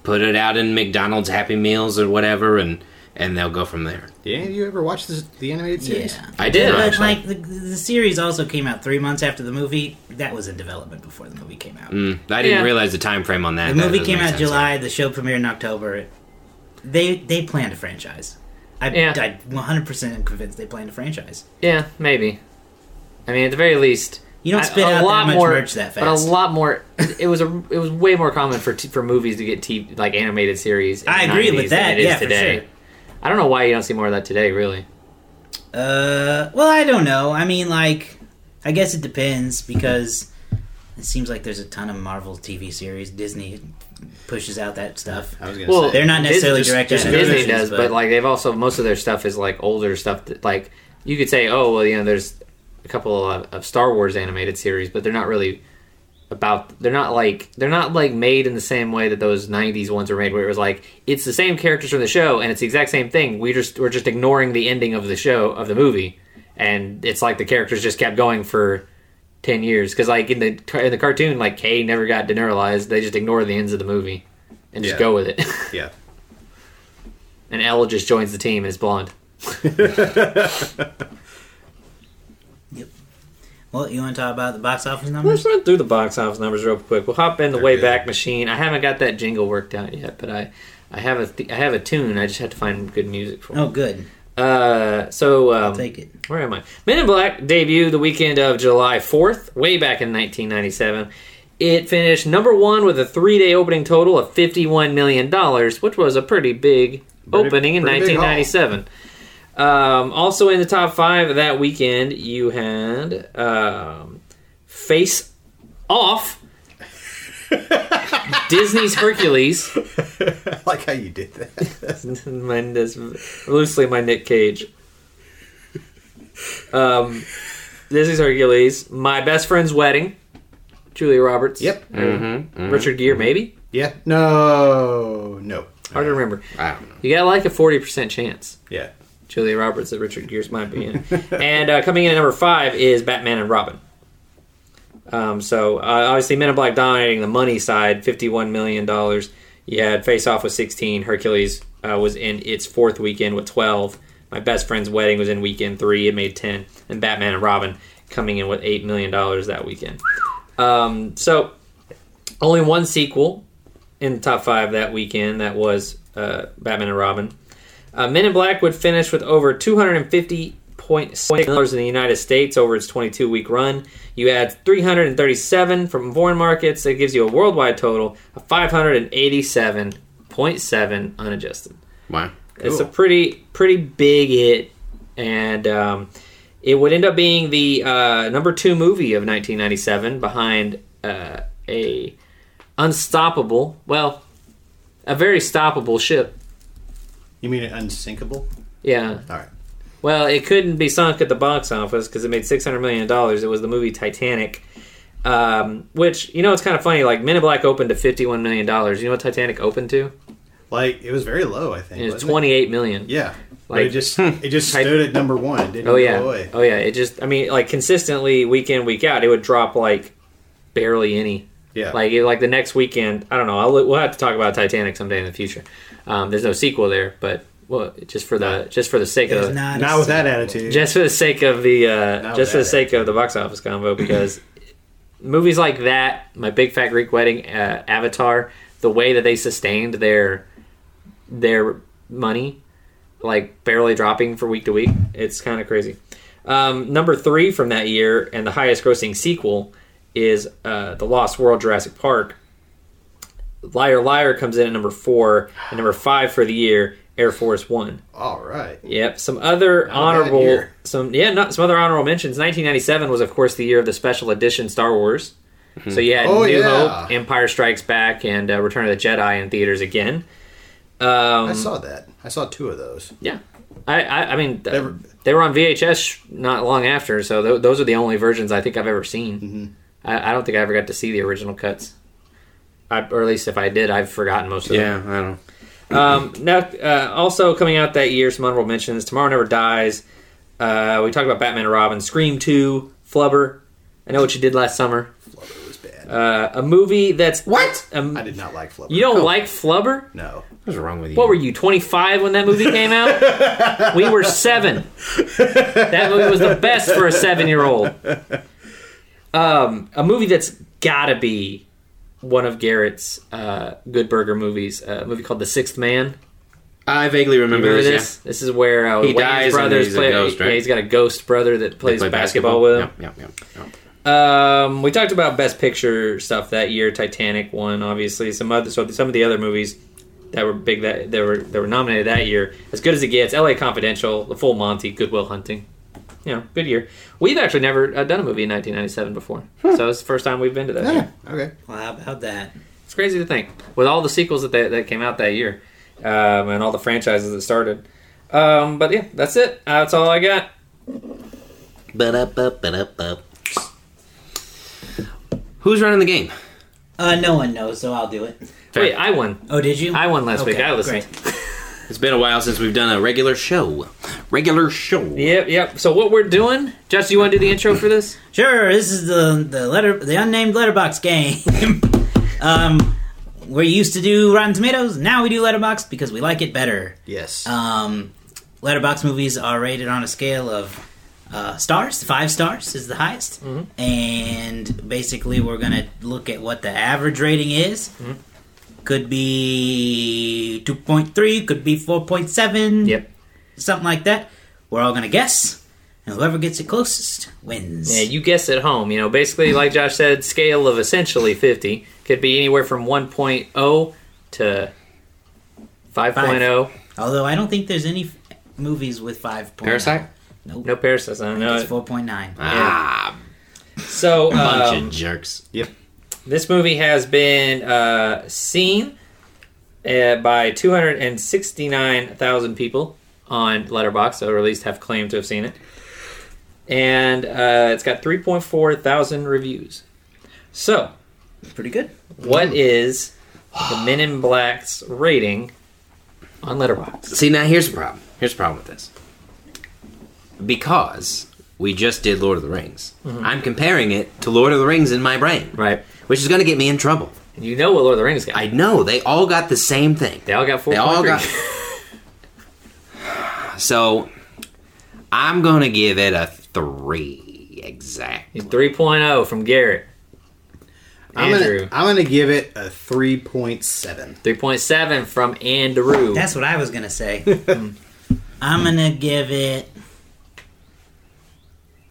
put it out in McDonald's Happy Meals or whatever, and and they'll go from there. Did any of you ever watch this, the animated series? yeah. I did. But actually. like the, the series also came out three months after the movie. That was in development before the movie came out. Mm, I didn't Yeah. realize the time frame on that. The That movie doesn't came make out sense. July. The show premiered in October. They they planned a franchise. I, Yeah. I 100% am convinced they planned a franchise. Yeah, maybe. I mean, at the very least, You don't I- spit out that much merch that But a fast. lot more. It was a. It was way more common for t- for movies to get t- like animated series. in I the agree 90s with than that, It is yeah, for today. sure. I don't know why you don't see more of that today. Really, Uh, well, I don't know. I mean, like, I guess it depends because it seems like there's a ton of Marvel TV series. Disney pushes out that stuff. I was gonna Well, say. They're not necessarily Just- direct just adaptations, Disney does, but, like they've also most of their stuff is like older stuff. That, like you could say, oh well, you know, there's a couple of, of Star Wars animated series, but they're not really about. They're not like they're not like made in the same way that those '90s ones were made, where it was like it's the same characters from the show and it's the exact same thing. We just we're just ignoring the ending of the show of the movie, and it's like the characters just kept going for. 10 years because like in the in the cartoon like Kay never got deneuralized they just ignore the ends of the movie and just Yeah. go with it Yeah. and Elle just joins the team and is blonde. Well, you want to talk about the box office Let's numbers? run through the box office numbers real quick. We'll hop in the way good. back machine. I haven't got that jingle worked out yet, but I, I have a, th- I have a tune. I just have to find good music for. Oh, it. good. Uh, so um, Take it. Where am I? Men in Black debuted the weekend of July 4th, way back in 1997. It finished number one with a three day opening total of $51 million, which was a pretty big Pretty- opening in pretty big haul. 1997. Um, also in the top five that weekend, you had um, Face Off, Disney's Hercules. I like how you did that. my, this, loosely my Nick Cage. Um, this is Hercules. My best friend's wedding. Julia Roberts. Yep. Or Hmm? Mm-hmm. Richard Gere, maybe. Yeah. No. No. Hard to remember. I don't know. You got like a forty percent chance. Yeah. Julia Roberts that Richard Gere's might be in. and uh, coming in at number five is Batman and Robin. Um, so uh, obviously, Men in Black dominating the money side, fifty-one million dollars. You had Face Off with sixteen. Hercules uh, was in its fourth weekend with twelve. My Best Friend's Wedding was in weekend three. It made ten. And Batman and Robin coming in with eight million dollars that weekend. Um, so only one sequel in the top five that weekend. That was uh, Batman and Robin. Uh, Men in Black would finish with over 250.6 million dollars in the United States over its 22-week run. You add 337 from foreign markets, that gives you a worldwide total of 587.7 unadjusted. Wow. It's a Cool. pretty pretty big hit, and um, it would end up being the uh, number two movie of 1997, behind uh, a unstoppable, well, a very stoppable ship. You mean unsinkable? Yeah, All right. Well, it couldn't be sunk at the box office because it made six hundred million dollars. It was the movie Titanic. Um, which you know, it's kind of funny. Like Men in Black opened to fifty-one million dollars. You know what Titanic opened to? Like it was very low, I think. It was wasn't twenty-eight million. Yeah. But Like- it just it just Type- stood at number one. It didn't Oh go yeah. away. Oh yeah. It just. I mean, like consistently week in week out, it would drop like barely any. Yeah. Like it, like the next weekend, I don't know. I'll, we'll have to talk about Titanic someday in the future. Um, there's no sequel there, but well, just for the just for the sake of There's the, not, not a with that single- attitude. just for the sake of the uh, Not just for bad. the sake of the box office combo because movies like that, my Big Fat Greek Wedding, uh, Avatar, the way that they sustained their their money, like barely dropping for week to week, it's kind of crazy. Um, number three from that year and the highest grossing sequel is uh, the Lost World Jurassic Park. Liar Liar comes in at number four and number five for the year. Air Force One. All right. Yep. Some other bad honorable, year. some yeah, not, some other honorable mentions. 1997 was, of course, the year of the special edition Star Wars. So you had Oh, New yeah. Hope, Empire Strikes Back, and uh, Return of the Jedi in theaters again. Um, I saw that. I saw two of those. yeah, I, I, I mean, th- They were- they were on VHS not long after, so th- those are the only versions I think I've ever seen. Mm-hmm. I, I don't think I ever got to see the original cuts, I, or at least if I did, I've forgotten most of them. Yeah, I don't. Um, now, uh, also coming out that year, some honorable mentions: Tomorrow Never Dies. Uh, we talked about Batman and Robin, Scream Two, Flubber. I know what you did last summer. Flubber was bad. Uh, a movie that's What? Um, I did not like Flubber. Oh, you don't like Flubber? No. What's wrong with you? What were you, 25 when that movie came out? we were seven. That movie was the best for a seven year old. Um, a movie that's gotta be one of Garrett's uh, Good Burger movies, uh, a movie called The Sixth Man. I vaguely remember, Remember this. this? This is where uh, He Wayne's dies and brothers he's a play. ghost, right? yeah, he's got a ghost brother that Yeah. plays Play basketball, with him. Yep, yep, yep, yep. Um, we talked about Best Picture stuff that year. Titanic won, obviously. Some other, so some of the other movies that were big that that were that were nominated that year. As good as it gets. L.A. Confidential, The Full Monty, Goodwill Hunting. You know, good year. We've actually never uh, done a movie in 1997 before, so it's the first time we've been to that. year. Yeah. Okay. Well, how about that? It's crazy to think with all the sequels that that, that came out that year, um, and all the franchises that started. Um, but yeah, that's it. That's all I got. Ba-da-ba, ba-da-ba. Who's running the game? Uh, no one knows, so I'll do it. Wait, I won. Oh, did you? I won last week. Okay, I listened. great. It's been a while since we've done a regular show. Regular show. Yep, yep. So what we're doing, Jess, you want to do the intro for this? Sure, this is the the letter the unnamed letterbox game. um, we're used to do Rotten Tomatoes. Now we do Letterbox because we like it better. Yes. Uh, Um, letterbox movies are rated on a scale of uh, stars. Five stars is the highest, Mm-hmm. and basically we're gonna look at what the average rating is. Mm-hmm. Could be two point three, could be four point seven. something like that. We're all gonna guess, and whoever gets it closest wins. Yeah, you guess at home. You know, basically, like Josh said, scale of essentially 50 could be anywhere from 1.0 to oh. 5.0. Although I don't think there's any f- movies with five points. Parasite? Nope. No Uh, parasites. I It's know. four point nine. Ah, So bunch um, of jerks. this movie has been uh, seen uh, by 269,000 people on Letterboxd, or at least have claimed to have seen it. And uh, it's got 3.4 thousand reviews. So, Pretty good. What is the Men in Black's rating on Letterboxd? See, now here's the problem. Here's the problem with this. Because we just did Lord of the Rings, I'm comparing it to Lord of the Rings in my brain, Right. which is going to get me in trouble. You know what Lord of the Rings got. I know they all got the same thing. they all got four. They all got. so, I'm gonna give it a three exact. 3.0 from Garrett. I'm Andrew. gonna I'm gonna give it a three point seven. 3.7 from Andrew. That's what I was gonna say. Hmm. I'm gonna give it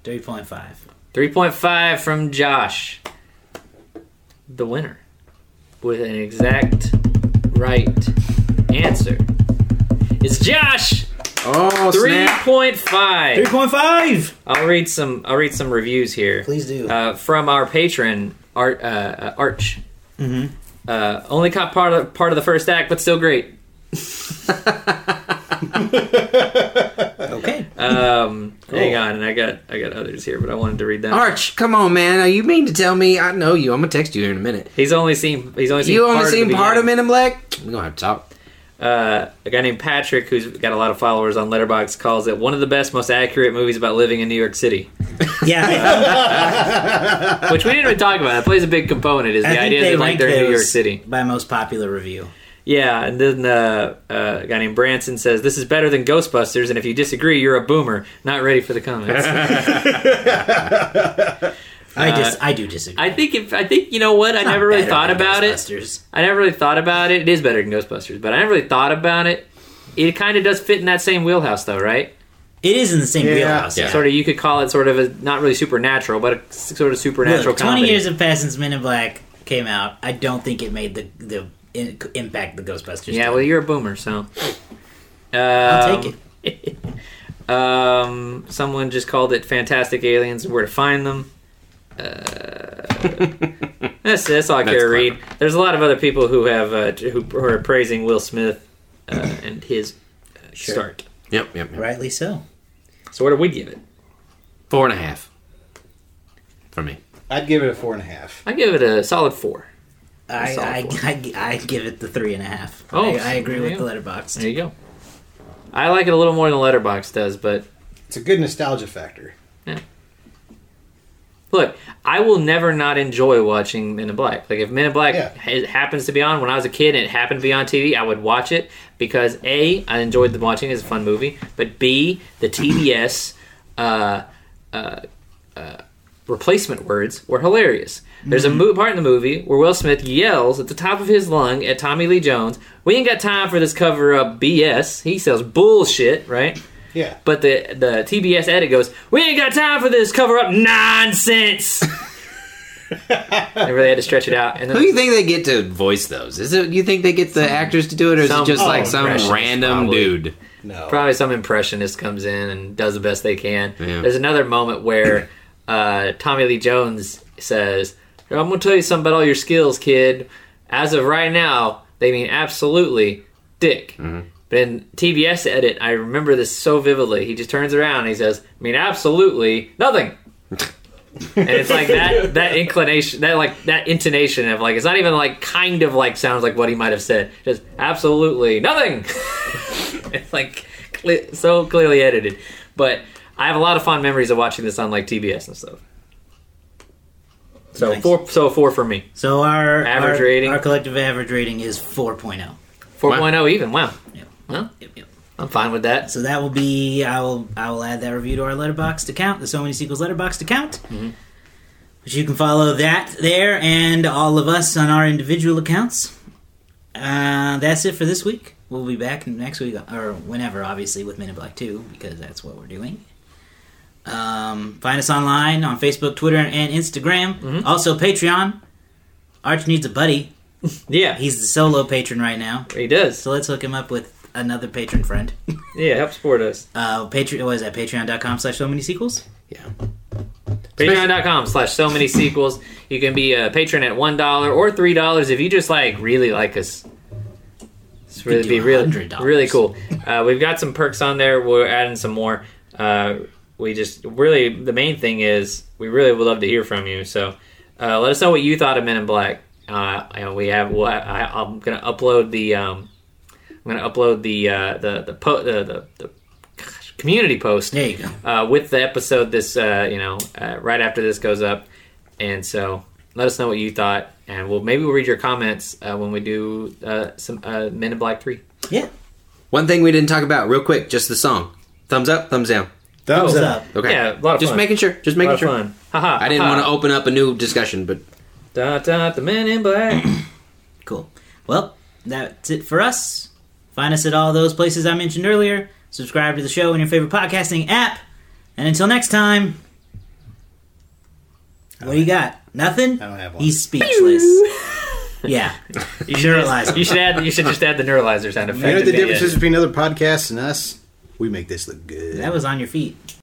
three point five. 3.5 from Josh. The winner. With an exact right answer. It's Josh! Oh, 3.5. point five. I'll read some I'll read some reviews here. Please do. uh, from our patron Art uh, uh, Arch. Mm-hmm. Uh, only caught part of part of the first act, but still great. Okay. Um, Cool. Hang on, and I got I got others here, but I wanted to read them. Arch, come on, man. Are you mean to tell me I know you? I'm gonna text you here in a minute. He's only seen he's only seen You only part seen the uh, part of beginning. Men in Black? We're gonna have to talk. uh, a guy named Patrick, who's got a lot of followers on Letterboxd, calls it one of the best, most accurate movies about living in New York City. Yeah. Which we didn't even talk about. That plays a big component, is I the think idea they that like ranked they're in New York those City. by most popular review. Yeah, and then uh, uh, a guy named Branson says, This is better than Ghostbusters, and if you disagree, you're a boomer. Not ready for the comments. I dis- I do disagree. Uh, I think if I think you know what I Not never really better thought than about it. Ghostbusters. I never really thought about it. It is better than Ghostbusters, but I never really thought about it. It kind of does fit in that same wheelhouse, though, right? It is in the same Yeah. wheelhouse. Yeah. Sort of, you could call it sort of a not really supernatural, but a s- sort of supernatural Look, 20 comedy. years have passed since Men in Black came out. I don't think it made the the in- impact the Ghostbusters. yeah, did. well, you're a boomer, so I'll take it. it. um, someone just called it "Fantastic Aliens: Where to Find Them." Uh, that's that's all I care to That's read. There's a lot of other people who have uh, who, who are praising Will Smith uh, and his uh, Sure. start. Yep, yep, yep. Rightly so. So what do we give it? Four and a half for me. I'd give it a four and a half. I give it a solid four. I, solid I, four. I, I give it the three and a half. Oh, I, I agree there with you the go. letterbox. There you go. I like it a little more than Letterbox does, but It's a good nostalgia factor. look, I will never not enjoy watching Men in Black. Like if Men in Black Yeah. ha- happens to be on when I was a kid and it happened to be on TV, I would watch it because a I enjoyed the watching. It's a fun movie, but b the TBS. Uh, replacement words were hilarious. There's a mo- part in the movie where Will Smith yells at the top of his lung at Tommy Lee Jones, "We ain't got time for this cover-up BS." He sells bullshit, right? Yeah. But the the TBS edit goes, "We ain't got time for this cover-up nonsense." they really had to stretch it out. And Who do then, you think they get to voice those? Is it you think they get the actors to do it, or is some- it just like oh, some impressions, random probably. dude? No. probably some impressionist comes in and does the best they can. Yeah. There's another moment where uh, Tommy Lee Jones says, "I'm gonna tell you something about all your skills, kid. As of right now, they mean absolutely dick." But in TBS edit, I remember this so vividly. He just turns around and he says, "I mean absolutely nothing." and it's like that that inclination that like that intonation of like it's not even like kind of like sounds like what he might have said just absolutely nothing it's like cle- so clearly edited but i have a lot of fond memories of watching this on like tbs and stuff so Nice. four so four for me So our Average our, rating? our collective average rating is 4.0. 4.0 even wow Yep. well Yep, yep. i'm fine with that So that will be I will I will add that review to our letterbox to count the so many sequels letterbox to count. Which you can follow that there and all of us on our individual accounts. Uh, that's it for this week. We'll be back next week or whenever, obviously, with Men in Black Two because that's what we're doing. Um, find us online on Facebook, Twitter, and Instagram. Also Patreon. Arch needs a buddy. yeah he, He's the solo patron right now, he does so let's hook him up with another patron friend. yeah help support us Uh, Patreon was that patreon.com slash so many sequels. Yeah. patreon.com slash so many sequels you can be a patron at one dollar or three dollars if you just like really like us it's really do be really, $100. really cool uh, we've got some perks on there we're adding some more uh, we just really the main thing is we really would love to hear from you so uh, let us know what you thought of men in black uh, and we have well, I, I, i'm gonna upload the um, i'm gonna upload the uh, the the, po- the, the, the gosh, community post There you go. uh, with the episode this uh, you know uh, right after this goes up and so let us know what you thought and we'll maybe we'll read your comments uh, when we do uh, some uh, men in black 3 Yeah. One thing we didn't talk about, real quick, just the song. Thumbs up, thumbs down. Thumbs What's up. up? Okay. Yeah, a lot of Just fun. making sure. Just a lot making of sure. fun Uh-huh. haha I didn't want to open up a new discussion, but da, da, the men in black Cool. Well, that's it for us. Find us at all those places I mentioned earlier. Subscribe to the show in your favorite podcasting app. And until next time, what do you got? Nothing? I don't have one. He's speechless. yeah. you should, Neuralizer. you should add you should just add the neuralizer sound effect You know at what the the end. difference is between other podcasts and us? We make this look good. That was on your feet.